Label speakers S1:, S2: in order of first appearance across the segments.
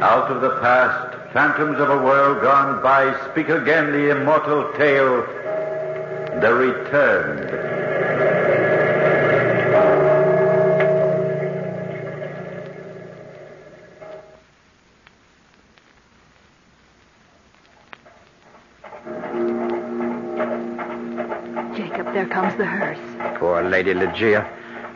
S1: Out of the past, phantoms of a world gone by, speak again the immortal tale, The Returned.
S2: Jacob, there comes the hearse.
S3: Poor Lady Ligeia.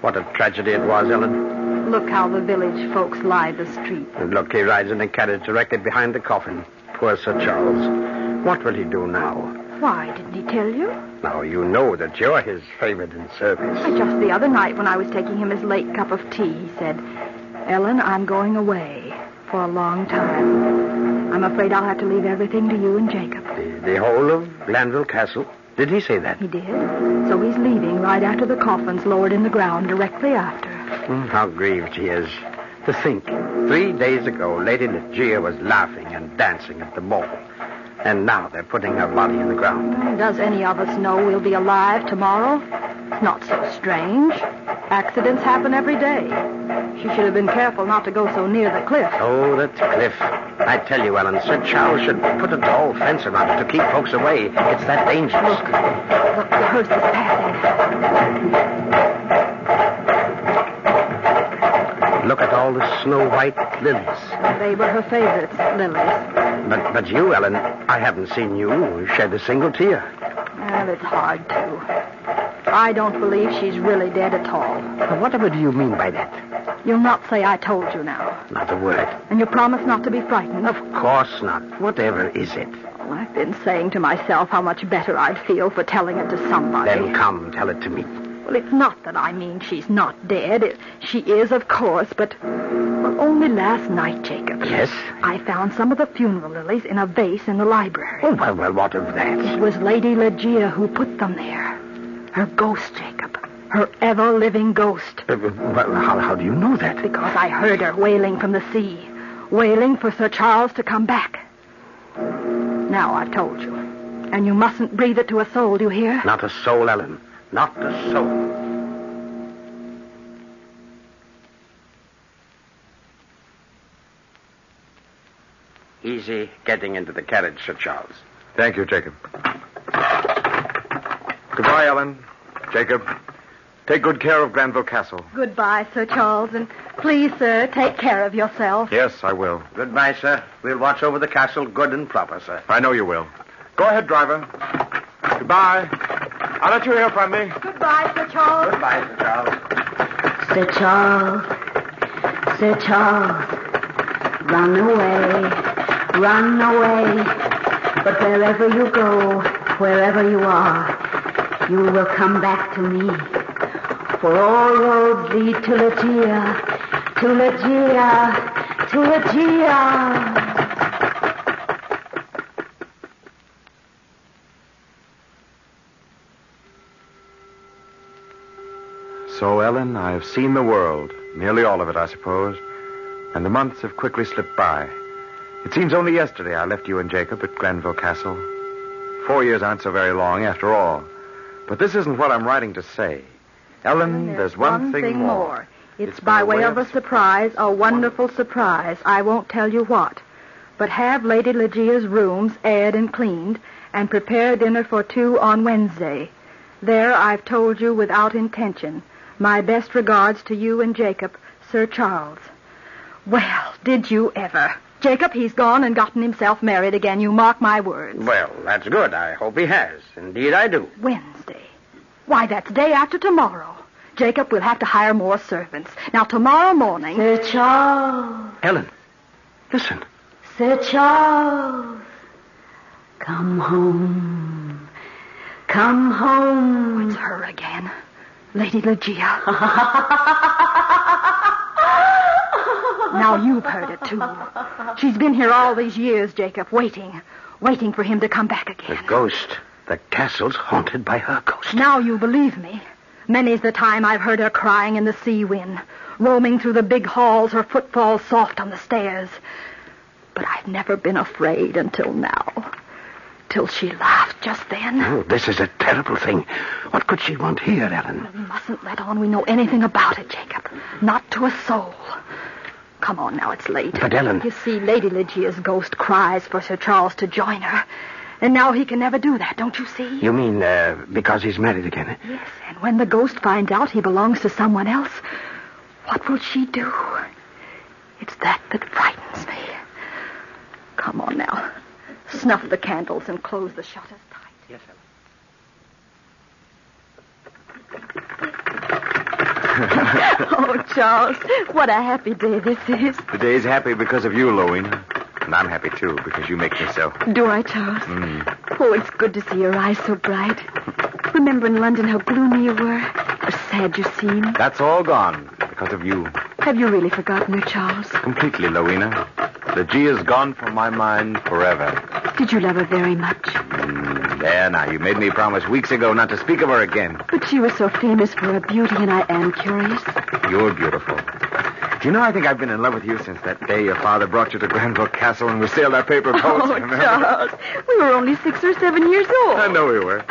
S3: What a tragedy it was, Ellen.
S2: Look how the village folks lie the street.
S3: And look, he rides in a carriage directly behind the coffin. Poor Sir Charles. What will he do now?
S2: Why, didn't he tell you?
S3: Now, you know that you're his favorite in service.
S2: Why, Just the other night when I was taking him his late cup of tea, he said, Ellen, I'm going away for a long time. I'm afraid I'll have to leave everything to you and Jacob.
S3: The, the whole of Glanville Castle. Did he say that?
S2: He did. So he's leaving right after the coffin's lowered in the ground directly after.
S3: Mm, how grieved he is. To think, three days ago, Lady Ligeia was laughing and dancing at the ball. And now they're putting her body in the ground.
S2: Does any of us know we'll be alive tomorrow? It's not so strange. Accidents happen every day. She should have been careful not to go so near the cliff.
S3: Oh, that cliff. I tell you, Ellen, Sir Charles should put a tall fence around it to keep folks away. It's that dangerous.
S2: Look, the hearse is passing.
S3: Look at all the snow white lilies.
S2: They were her favorites, lilies.
S3: But, but you, Ellen, I haven't seen you shed a single tear.
S2: Well, it's hard to. I don't believe she's really dead at all.
S3: Now, whatever do you mean by that?
S2: You'll not say I told you now.
S3: Not a word.
S2: And you promise not to be frightened.
S3: Of course not. Whatever is it?
S2: Well, I've been saying to myself how much better I'd feel for telling it to somebody.
S3: Then come, tell it to me.
S2: Well, it's not that I mean she's not dead. It, she is, of course, but well, only last night, Jacob.
S3: Yes?
S2: I found some of the funeral lilies in a vase in the library.
S3: Oh, well, well, what of
S2: It
S3: that?
S2: was Lady Legia who put them there. Her ghost, Jacob. Her ever living ghost.
S3: Uh, Well, how, how do you know that?
S2: Because I heard her wailing from the sea, wailing for Sir Charles to come back. Now I've told you. And you mustn't breathe it to a soul, do you hear?
S3: Not a soul, Ellen. Not a soul. Easy getting into the carriage, Sir Charles.
S1: Thank you, Jacob. Goodbye, Ellen. Jacob, take good care of Glanville Castle.
S2: Goodbye, Sir Charles, and please, sir, take care of yourself.
S1: Yes, I will.
S3: Goodbye, sir. We'll watch over the castle good and proper, sir.
S1: I know you will. Go ahead, driver. Goodbye. I'll let you hear from me.
S2: Goodbye, Sir Charles.
S3: Goodbye, Sir Charles.
S4: Sir Charles, Sir Charles, run away, run away. But wherever you go, wherever you are, you will come back to me. For all roads lead to Ligeia, to Ligeia, to Ligeia.
S1: So, Ellen, I have seen the world, nearly all of it, I suppose, and the months have quickly slipped by. It seems only yesterday I left you and Jacob at Glenville Castle. Four years aren't so very long, after all. But this isn't what I'm writing to say. Ellen, there's, one, thing, more.
S2: It's, by way of a surprise, a wonderful surprise. I won't tell you what. But have Lady Legia's rooms aired and cleaned, and prepare dinner for two on Wednesday. There I've told you without intention. My best regards to you and Jacob, Sir Charles. Well, did you ever? Jacob, he's gone and gotten himself married again. You mark my words.
S3: Well, that's good. I hope he has. Indeed, I do.
S2: Wednesday. Why, that's day after tomorrow. Jacob, we'll have to hire more servants. Now, tomorrow morning.
S4: Sir Charles,
S3: Ellen, listen.
S5: Sir Charles, come home. Come home.
S2: It's her again. Lady Lucia. now you've heard it, too. She's been here all these years, Jacob, waiting. Waiting for him to come back
S6: The
S2: again.
S6: ghost. The castle's haunted by her ghost.
S2: Now you believe me. Many's the time I've heard her crying in the sea wind, roaming through the big halls, her footfall soft on the stairs. But I've never been afraid until now. Till she laughed just then.
S6: Oh, this is a terrible thing. What could she want here, Ellen?
S2: We mustn't let on we know anything about it, Jacob. Not to a soul. Come on now, it's late.
S6: But, Ellen-
S2: You see, Lady Lygia's ghost cries for Sir Charles to join her. And now he can never do that, don't you see?
S6: You mean uh, because he's married again? eh?
S2: Yes, and when the ghost finds out he belongs to someone else, what will she do? It's that that frightens me. Come on now. Snuff the candles and close the shutters tight.
S6: Yes, Ellen.
S2: Oh, Charles, what a happy day this is.
S3: Today's happy because of you, Lowena. And I'm happy, too, because you make me so.
S2: Do I, Charles? Oh, it's good to see your eyes so bright. Remember in London how gloomy you were, how sad you seemed.
S3: That's all gone because of you.
S2: Have you really forgotten her, Charles?
S3: Completely, Lowena. The G is gone from my mind forever.
S2: Did you love her very much?
S3: There now, you made me promise weeks ago not to speak of her again.
S2: But she was so famous for her beauty, and I am curious.
S3: You're beautiful. Do you know, I think I've been in love with you since that day your father brought you to Granville Castle and we sailed our paper boats.
S2: Oh,
S3: remember?
S2: Charles, we were only six or seven years old.
S3: I know we were.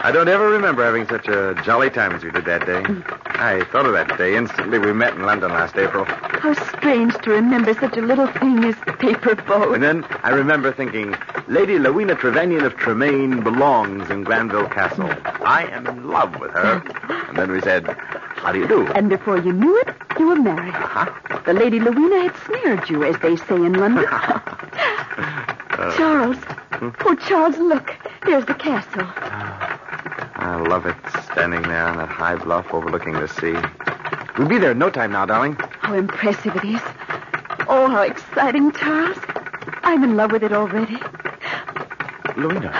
S3: I don't ever remember having such a jolly time as you did that day. I thought of that day instantly we met in London last April.
S2: How strange to remember such a little thing as paper boat.
S3: And then I remember thinking, Lady Rowena Trevanion of Tremaine belongs in Glanville Castle. I am in love with her. And then we said, How do you do?
S5: And before you knew it, you were married. The Lady Louina had sneered you, as they say in London.
S2: Charles. Oh, Charles, look. There's the castle.
S3: I love it, standing there on that high bluff overlooking the sea. We'll be there in no time now, darling.
S2: How impressive it is. Oh, how exciting, Charles. I'm in love with it already.
S3: Rowena,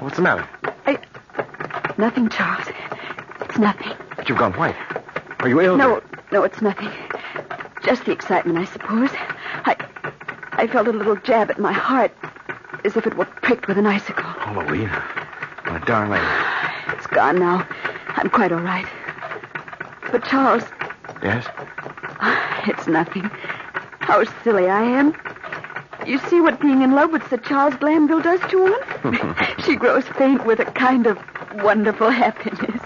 S3: what's the matter?
S2: I... Nothing, Charles. It's nothing.
S3: But you've gone white. Are you ill?
S2: No, no, it's nothing. Just the excitement, I suppose. I, I felt a little jab at my heart, as if it were pricked with an icicle.
S3: Oh, Rowena. My darling.
S2: It's gone now. I'm quite all right. But Charles,
S3: Yes?
S2: it's nothing. How silly I am. You see what being in love with Sir Charles Glanville does to one? she grows faint with a kind of wonderful happiness.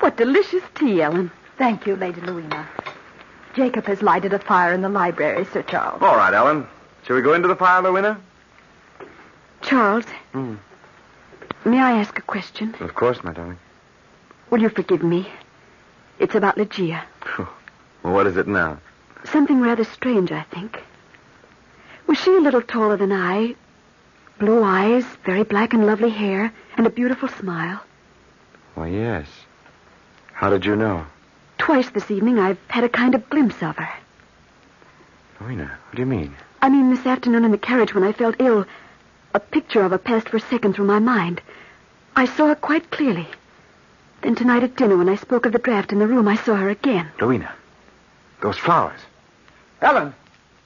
S2: What delicious tea, Ellen. Thank you, Lady Louina. Jacob has lighted a fire in the library, Sir Charles.
S3: All right, Ellen. Shall we go into the fire, Rowena?
S2: Charles, may I ask a question?
S3: Of course, my darling.
S2: Will you forgive me? It's about Ligia.
S3: Well, what is it now?
S2: Something rather strange, I think. Was she a little taller than I? Blue eyes, very black and lovely hair, and a beautiful smile.
S3: Why, yes. How did you know?
S2: Twice this evening I've had a kind of glimpse of her.
S3: Rowena, what do you mean?
S2: I mean, this afternoon in the carriage when I felt ill, a picture of her passed for a second through my mind. I saw her quite clearly. Then tonight at dinner when I spoke of the draft in the room, I saw her again.
S3: Rowena, those flowers. Ellen!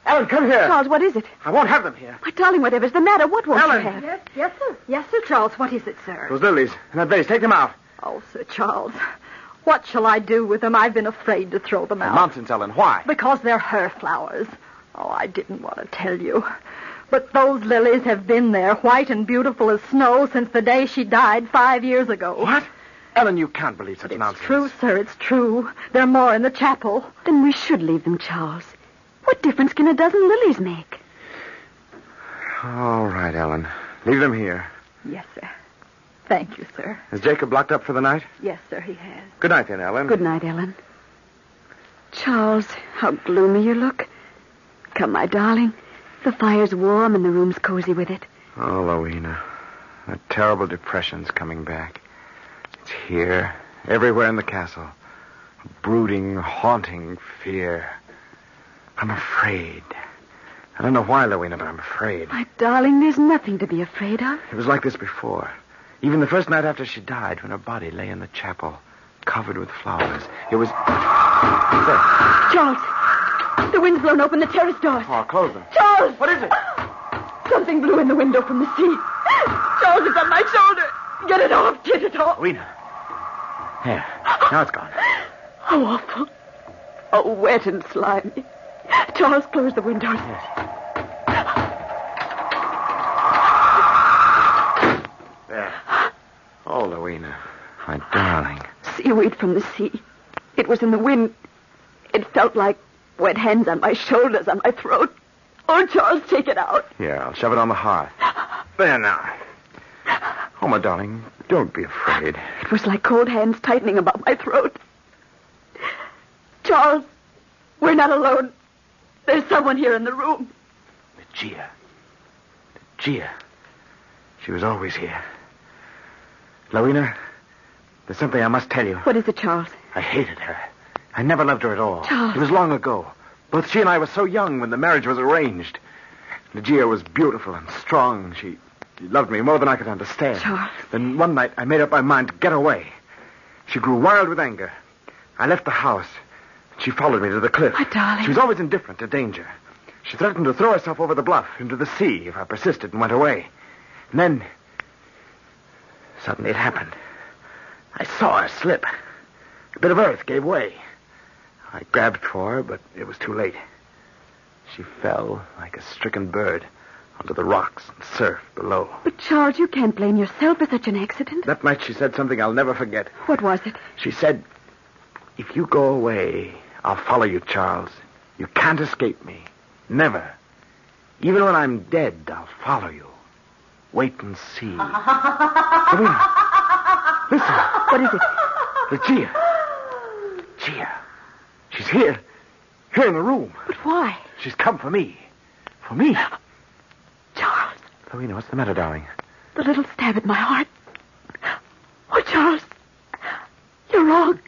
S3: Ellen, come here!
S2: Charles, what is it?
S3: I won't have them here.
S2: Why, darling, whatever's the matter? What won't
S3: Ellen.
S2: you have? Yes, yes, sir. Yes, sir, Charles. What is it, sir?
S3: Those lilies and that vase, take them out.
S2: Oh, Sir Charles, what shall I do with them? I've been afraid to throw them out.
S3: Nonsense, Ellen. Why?
S2: Because they're her flowers. Oh, I didn't want to tell you. But those lilies have been there, white and beautiful as snow, since the day she died five years ago.
S3: What? Ellen, you can't believe such
S2: It's
S3: nonsense.
S2: true, sir. It's true. There are more in the chapel. Then we should leave them, Charles. What difference can a dozen lilies make?
S3: All right, Ellen. Leave them here.
S2: Yes, sir. Thank you, sir.
S3: Is Jacob locked up for the night?
S2: Yes, sir, he has.
S3: Good night, then, Ellen.
S5: Good night, Ellen. Charles, how gloomy you look. Come, my darling. The fire's warm and the room's cozy with it.
S3: Oh, Rowena, that terrible depression's coming back. It's here, everywhere in the castle. A brooding, haunting fear. I'm afraid. I don't know why, Rowena, but I'm afraid.
S2: My darling, there's nothing to be afraid of.
S3: It was like this before. Even the first night after she died, when her body lay in the chapel, covered with flowers. It was. There.
S2: Charles, the wind's blown open the terrace doors.
S3: Oh, close them.
S2: Charles!
S3: What is it?
S2: Something blew in the window from the sea. Charles, it's on my shoulder. Get it off. Get it off.
S3: Rowena. There. Now it's gone.
S2: How awful. Oh, wet and slimy. Charles, close the window.
S3: There. Oh, Rowena. My darling.
S2: Seaweed from the sea. It was in the wind. It felt like wet hands on my shoulders, on my throat. Oh, Charles, take it out.
S3: Here, I'll shove it on the hearth. There now. Oh, my darling, don't be afraid.
S2: It was like cold hands tightening about my throat. Charles, we're not alone. There's someone here in the room.
S3: Gia. Gia. She was always here. Lowena, there's something I must tell you.
S2: What is it, Charles?
S3: I hated her. I never loved her at all.
S2: Charles.
S3: It was long ago. Both she and I were so young when the marriage was arranged. Ligia was beautiful and strong. She, she loved me more than I could understand.
S2: Charles.
S3: Then one night I made up my mind to get away. She grew wild with anger. I left the house. She followed me to the cliff.
S2: My darling.
S3: She was always indifferent to danger. She threatened to throw herself over the bluff into the sea if I persisted and went away. And then suddenly it happened. I saw her slip. A bit of earth gave way. I grabbed for her, but it was too late. She fell like a stricken bird onto the rocks and surf below.
S2: But, Charles, you can't blame yourself for such an accident.
S3: That night she said something I'll never forget.
S2: What was it?
S3: She said, If you go away, I'll follow you, Charles. You can't escape me. Never. Even when I'm dead, I'll follow you. Wait and see. Rowena, listen.
S2: What is it?
S3: The Gia. Gia. She's here. Here in the room.
S2: But why?
S3: She's come for me. For me.
S2: Charles,
S3: Rowena, what's the matter, darling?
S2: the little stab at my heart. Oh, Charles, you're wrong.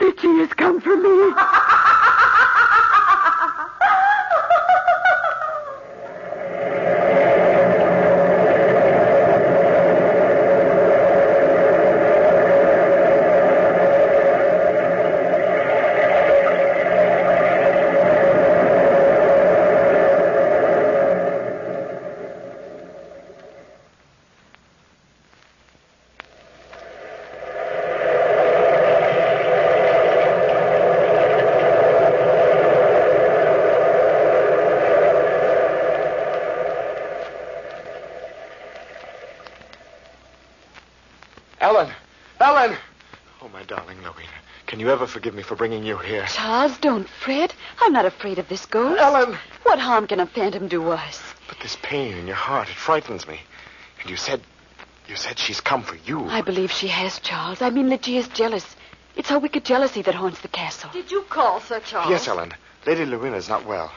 S2: Lucia has come for me.
S3: Ellen! Ellen! Oh, my darling Rowena, can you ever forgive me for bringing you here?
S2: Charles, don't fret. I'm not afraid of this ghost.
S3: Ellen!
S2: What harm can a phantom do us?
S3: But this pain in your heart, it frightens me. And you said. You said she's come for you.
S2: I believe she has, Charles. I mean, Lygia's jealous. It's her wicked jealousy that haunts the castle.
S7: Did you call Sir Charles?
S3: Yes, Ellen. Lady Lorena's not well.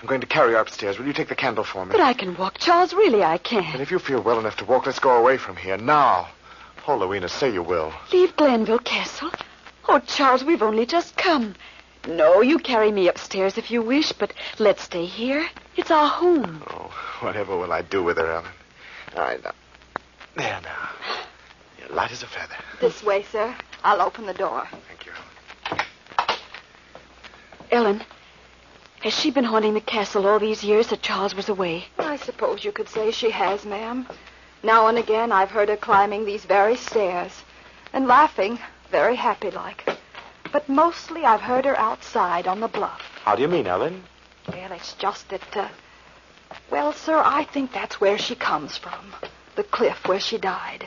S3: I'm going to carry her upstairs. Will you take the candle for me?
S2: But I can walk, Charles. Really, I
S3: And
S2: can.
S3: if you feel well enough to walk, let's go away from here now. Oh, Rowena, say you will.
S2: Leave Glenville Castle? Oh, Charles, we've only just come. No, you carry me upstairs if you wish, but let's stay here. It's our home.
S3: Oh, whatever will I do with her, Ellen? All right, now. There, now. You're light as a feather.
S7: This way, sir. I'll open the door.
S3: Thank you.
S2: Ellen, has she been haunting the castle all these years that Charles was away?
S7: I suppose you could say she has, ma'am. Now and again I've heard her climbing these very stairs and laughing, very happy like. But mostly I've heard her outside on the bluff.
S3: How do you mean, Ellen?
S7: Well, it's just that, uh, well, sir, I think that's where she comes from the cliff where she died.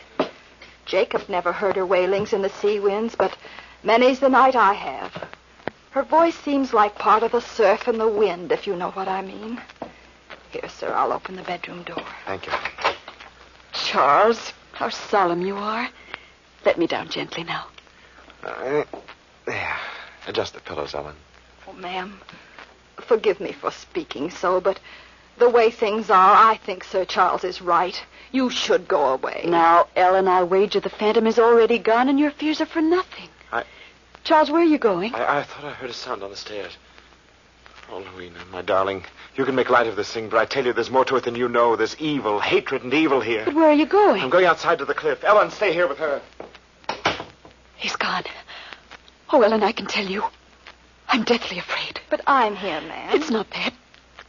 S7: Jacob never heard her wailings in the sea winds, but many's the night I have. Her voice seems like part of the surf and the wind, if you know what I mean. Here, sir, I'll open the bedroom door.
S3: Thank you.
S2: Charles, how solemn you are. Let me down gently now.
S3: Uh, there. Adjust the pillows, Ellen.
S7: Oh, ma'am, forgive me for speaking so, but The way things are, I think Sir Charles is right. You should go away.
S2: Now, Ellen, I'll wager the phantom is already gone and your fears are for nothing.
S3: I-
S2: Charles, where are you going?
S3: I, I thought I heard a sound on the stairs. Oh, Louina, my darling, you can make light of this thing, but I tell you, there's more to it than you know. There's evil, hatred, and evil here.
S2: But where are you going?
S3: I'm going outside to the cliff. Ellen, stay here with her.
S2: He's gone. Oh, Ellen, I can tell you. I'm deathly afraid.
S7: But I'm here, ma'am.
S2: It's not that.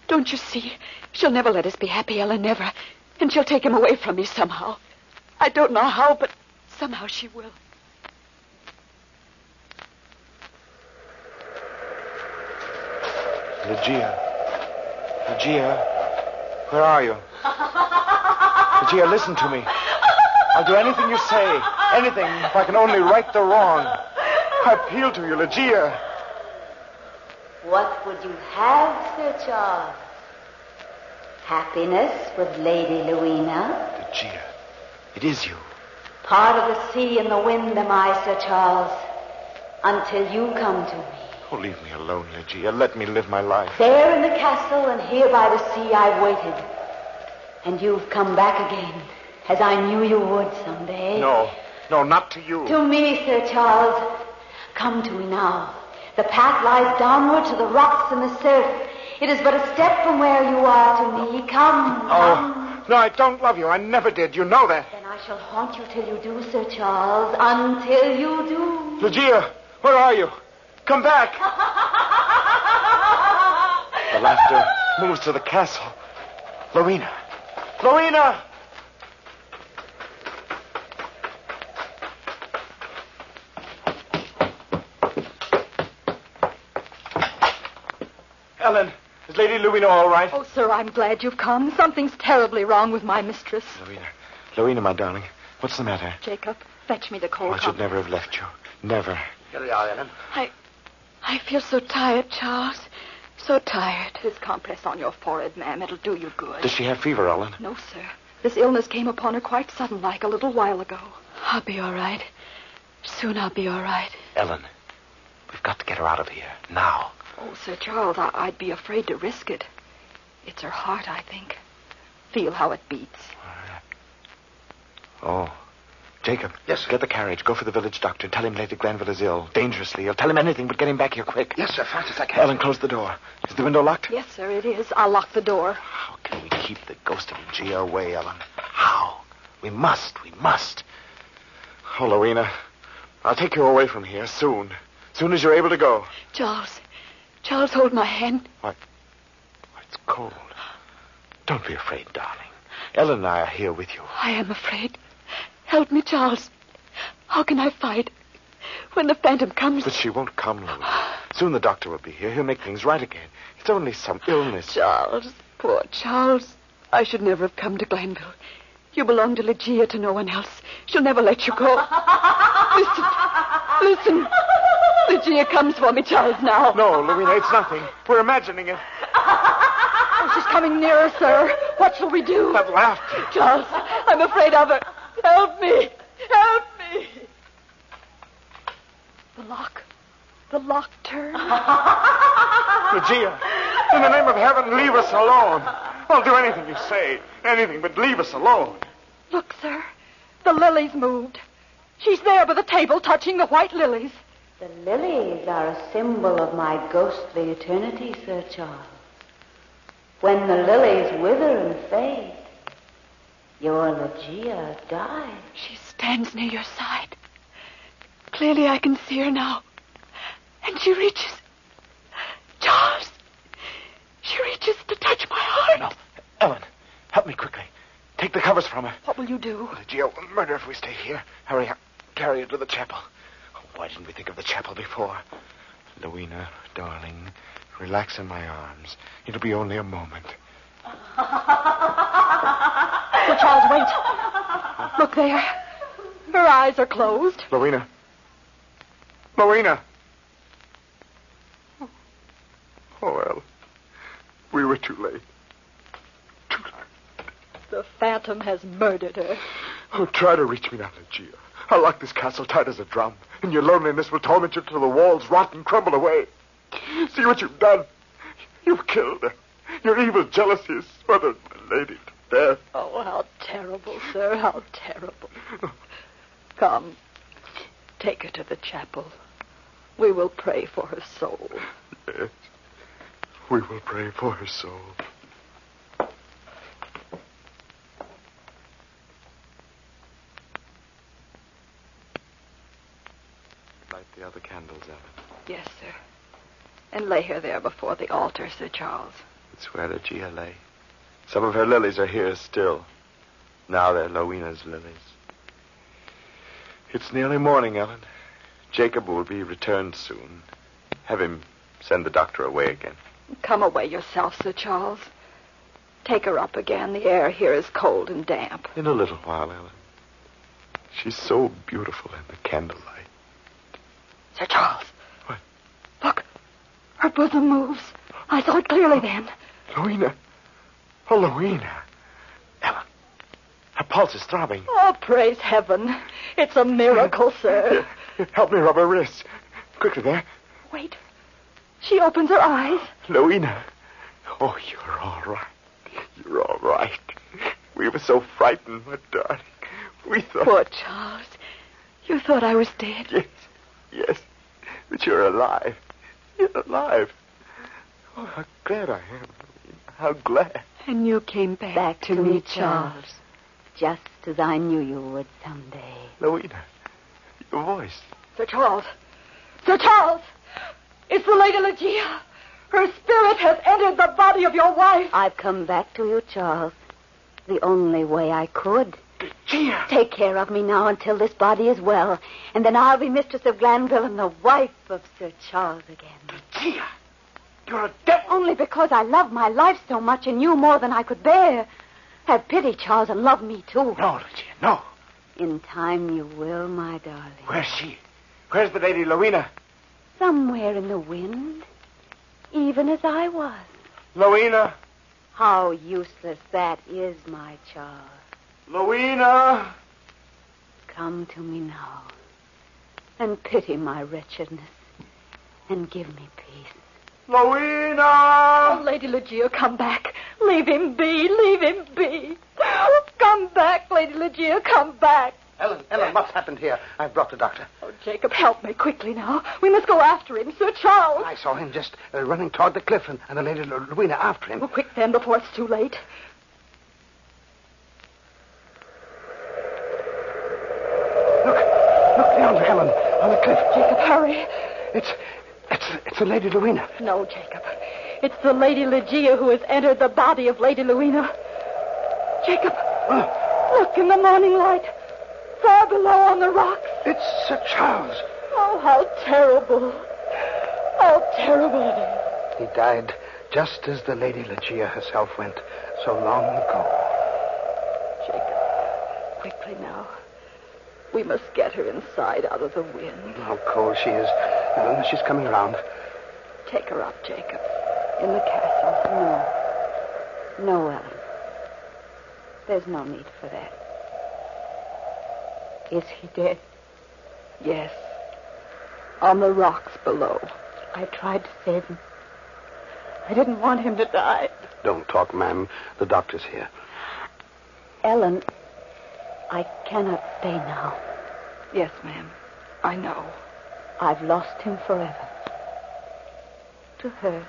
S2: Don't you see? She'll never let us be happy, Ellen, never. And she'll take him away from me somehow. I don't know how, but somehow she will.
S3: Lucia. Lucia, where are you? Lucia, listen to me. I'll do anything you say, anything, if I can only right the wrong. I appeal to you, Lucia.
S8: What would you have, Sir Charles? Happiness with Lady Louina?
S3: Lucia, it is you.
S8: Part of the sea and the wind am I, Sir Charles, until you come to me.
S3: Oh, leave me alone, Lucia. Let me live my life.
S8: There in the castle and here by the sea I waited. And you've come back again, as I knew you would someday.
S3: No, no, not to you.
S8: To me, Sir Charles. Come to me now. The path lies downward to the rocks and the surf. It is but a step from where you are to me. Come, come.
S3: Oh, no, I don't love you. I never did. You know that.
S8: Then I shall haunt you till you do, Sir Charles. Until you do.
S3: Lucia, where are you? Come back. the laughter moves to the castle. Lorena. Lorena! Ellen, is Lady Louina all right?
S7: Oh, sir, I'm glad you've come. Something's terribly wrong with my mistress.
S3: Lorena. Lorena, my darling. What's the matter?
S7: Jacob, fetch me the cold
S3: I should
S7: cup.
S3: never have left you. Never.
S9: Here we are, Ellen.
S2: I. I feel so tired, Charles. So tired.
S7: This compress on your forehead, ma'am, it'll do you good.
S3: Does she have fever, Ellen?
S7: No, sir. This illness came upon her quite sudden, like a little while ago.
S2: I'll be all right. Soon I'll be all right.
S3: Ellen, we've got to get her out of here now.
S7: Oh, Sir Charles, I- I'd be afraid to risk it. It's her heart, I think. Feel how it beats.
S3: Oh. Jacob.
S9: Yes, sir.
S3: Get the carriage. Go for the village doctor. Tell him Lady Glanville is ill. Dangerously ill. Tell him anything, but get him back here quick.
S9: Yes, sir, fast as I can.
S3: Ellen, close the door. Is the window locked?
S7: Yes, sir, it is. I'll lock the door.
S3: How can we keep the ghost of G away, Ellen? How? We must. We must. Oh, Lorena, I'll take you away from here soon. Soon as you're able to go.
S2: Charles. Charles, hold my hand.
S3: Why, why, it's cold. Don't be afraid, darling. Ellen and I are here with you.
S2: I am afraid. Help me, Charles. How can I fight? When the phantom comes.
S3: But she won't come, Lorena. Soon the doctor will be here. He'll make things right again. It's only some illness.
S2: Charles, poor Charles. I should never have come to Glanville. You belong to Ligia, to no one else. She'll never let you go. listen, listen. Ligia comes for me, Charles, now.
S3: No, Lorena, it's nothing. We're imagining it.
S7: Oh, she's coming nearer, sir. What shall we do?
S3: That laughter.
S2: Charles, I'm afraid of her. Help me. Help me.
S7: The lock. The lock turned.
S3: Lucia, in the name of heaven, leave us alone. I'll do anything you say, anything, but leave us alone.
S7: Look, sir. The lily's moved. She's there by the table touching the white lilies.
S8: The lilies are a symbol of my ghostly eternity, Sir Charles. When the lilies wither and fade, your Ligeia dies.
S2: She stands near your side. Clearly, I can see her now. And she reaches. Charles! She reaches to touch my heart.
S3: No. Oh, Ellen, help me quickly. Take the covers from her.
S7: What will you do?
S3: Lucia will murder if we stay here. Hurry up. Carry her to the chapel. Oh, why didn't we think of the chapel before? Louina, darling, relax in my arms. It'll be only a moment.
S7: Sir Charles, wait. Look there. Her eyes are closed.
S3: Lorena. Lorena. Oh, well. We were too late. Too late.
S7: The phantom has murdered her.
S3: Oh, try to reach me now, Lucia. I'll lock this castle tight as a drum, and your loneliness will torment you till the walls rot and crumble away. See what you've done. You've killed her. Your evil jealousy has smothered my lady to death.
S7: Oh, how terrible, sir, how terrible. Come, take her to the chapel. We will pray for her soul.
S3: Yes. We will pray for her soul. Light the other candles, Ellen.
S7: Yes, sir. And lay her there before the altar, Sir Charles.
S3: It's where the Gia lay. Some of her lilies are here still. Now they're Lowena's lilies. It's nearly morning, Ellen. Jacob will be returned soon. Have him send the doctor away again.
S7: Come away yourself, Sir Charles. Take her up again. The air here is cold and damp.
S3: In a little while, Ellen. She's so beautiful in the candlelight.
S7: Sir Charles.
S3: What?
S7: Look. Her bosom moves. I saw it clearly then.
S3: Louina. Oh, Louina. Ellen. Her pulse is throbbing.
S7: Oh, praise heaven. It's a miracle, sir.
S3: Here, Help me rub her wrists. Quickly there.
S7: Wait. She opens her eyes.
S3: Louina. Oh, you're all right. You're all right. We were so frightened, my darling. We thought.
S7: Poor Charles. You thought I was dead.
S3: Yes. Yes. But you're alive. You're alive. Oh, how glad I am. Louina. How glad.
S7: And you came back,
S8: Back to me, Charles. Just as I knew you would someday.
S3: Louina. Your voice.
S7: Sir Charles. Sir Charles! It's the Lady Ligia. Her spirit has entered the body of your wife.
S8: I've come back to you, Charles. The only way I could.
S3: Gia.
S8: Take care of me now until this body is well, and then I'll be mistress of Glanville and the wife of Sir Charles again.
S3: Gia. You're a devil.
S8: Only because I love my life so much and you more than I could bear. Have pity, Charles, and love me too.
S3: No, Lucia, no.
S8: In time you will, my darling.
S3: Where's she? Where's the lady Louina?
S8: Somewhere in the wind, even as I was.
S3: Louina.
S8: How useless that is, my Charles.
S3: Louina.
S8: Come to me now, and pity my wretchedness, and give me peace.
S3: Louina.
S7: Lady Ligia, come back. Leave him be. Leave him be. Come back, Lady Ligia. Come back.
S10: Ellen, Ellen, what's happened here? I've brought the doctor.
S7: Oh, Jacob, help me quickly now. We must go after him. Sir Charles.
S10: I saw him just uh, running toward the cliff and, and the lady Lu- Louina after him.
S7: Well, quick then, before it's too late.
S10: Look, look down, Helen, on the cliff.
S7: Jacob, hurry.
S10: It's, it's, it's the lady Louina.
S7: No, Jacob. It's the Lady Ligia who has entered the body of Lady Louina. Jacob, look in the morning light. Far below on the rocks.
S10: It's Sir Charles.
S7: Oh, how terrible. How terrible it is.
S10: He died just as the lady Ligia herself went so long ago.
S7: Jacob, quickly now. We must get her inside out of the wind.
S10: How cold she is. Ellen, she's coming around.
S7: Take her up, Jacob. In the castle.
S8: No. No, Ellen. There's no need for that. Is he dead?
S7: Yes. On the rocks below.
S8: I tried to save him. I didn't want him to die.
S10: Don't talk, ma'am. The doctor's here.
S8: Ellen, I cannot stay now.
S7: Yes, ma'am. I know.
S8: I've lost him forever. To her.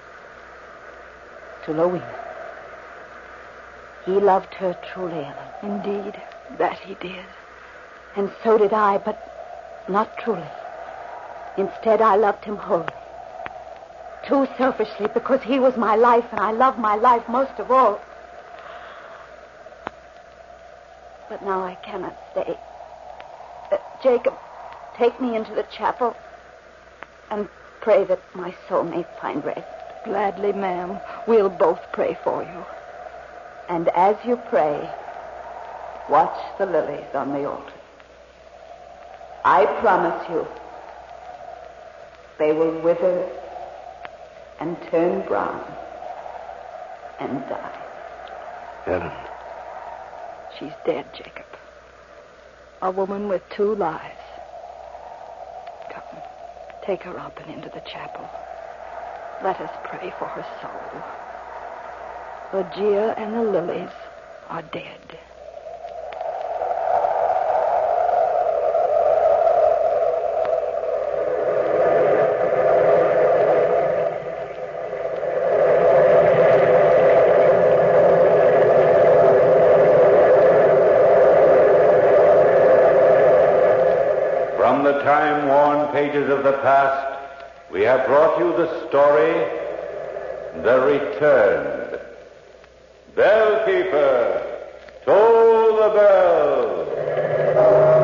S8: To Rowena. He loved her truly, Ellen.
S7: Indeed, that he did.
S8: And so did I, but not truly. Instead, I loved him wholly. Too selfishly, because he was my life, and I loved my life most of all. But now I cannot stay. Uh, Jacob, take me into the chapel and pray that my soul may find rest.
S7: Gladly, ma'am. We'll both pray for you.
S8: And as you pray, watch the lilies on the altar. I promise you, they will wither and turn brown and die.
S10: Ellen,
S7: She's dead, Jacob. A woman with two lives. Come, take her up and into the chapel. Let us pray for her soul.
S2: Ligeia and the lilies are dead.
S1: From the time worn pages of the past, we have brought you the story The Returned. Bellkeeper, toll the bell.